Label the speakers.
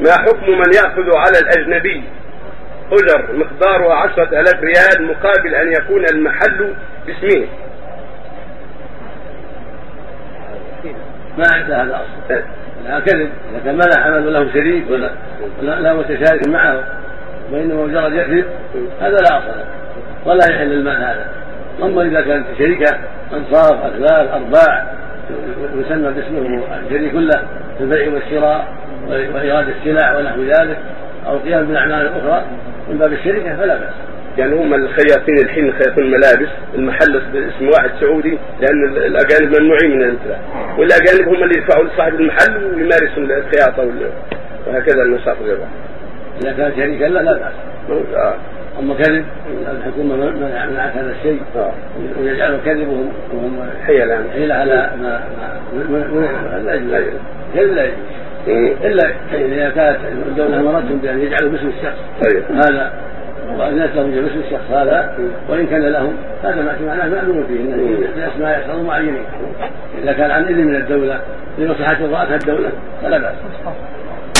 Speaker 1: ما حكم من يأخذ على الأجنبي أجر مقدارها عشرة ألاف ريال مقابل أن يكون المحل باسمه
Speaker 2: ما عنده هذا
Speaker 1: آه.
Speaker 2: اصلا لا كذب اذا كان ما له عمل ولا هو شريك ولا ولا لا متشارك معه وانما مجرد يكذب هذا لا اصل له ولا يحل المال هذا اما اذا كانت شركه انصاف اثلاث ارباع يسمى باسمه الشريك له في البيع والشراء وايراد السلع ونحو ذلك او قيام بالاعمال الاخرى من باب الشركه فلا باس
Speaker 1: يعني هم الخياطين الحين خياطين الملابس المحل باسم واحد سعودي لان الاجانب ممنوعين من الانتباه والاجانب هم اللي يدفعوا لصاحب المحل ويمارسوا الخياطه وال- وهكذا النشاط الربا
Speaker 2: اذا كان شريكا لا لا باس
Speaker 1: آه،
Speaker 2: اما كذب الحكومه منعت هذا الشيء
Speaker 1: آه.
Speaker 2: ويجعله كذب وهم وهم
Speaker 1: حيلا
Speaker 2: حيل على ما ما- ما- ما- لا يجوز كذب لا يجوز الا اذا كانت الدوله امرتهم بان يجعلوا باسم الشخص
Speaker 1: أيوة.
Speaker 2: هذا واذنت لهم باسم الشخص هذا وان كان لهم هذا ما معناه مأذون فيه إن الاسماء يشرعون معينين اذا كان عن اذن من الدوله لمصلحه رعاة الدوله فلا باس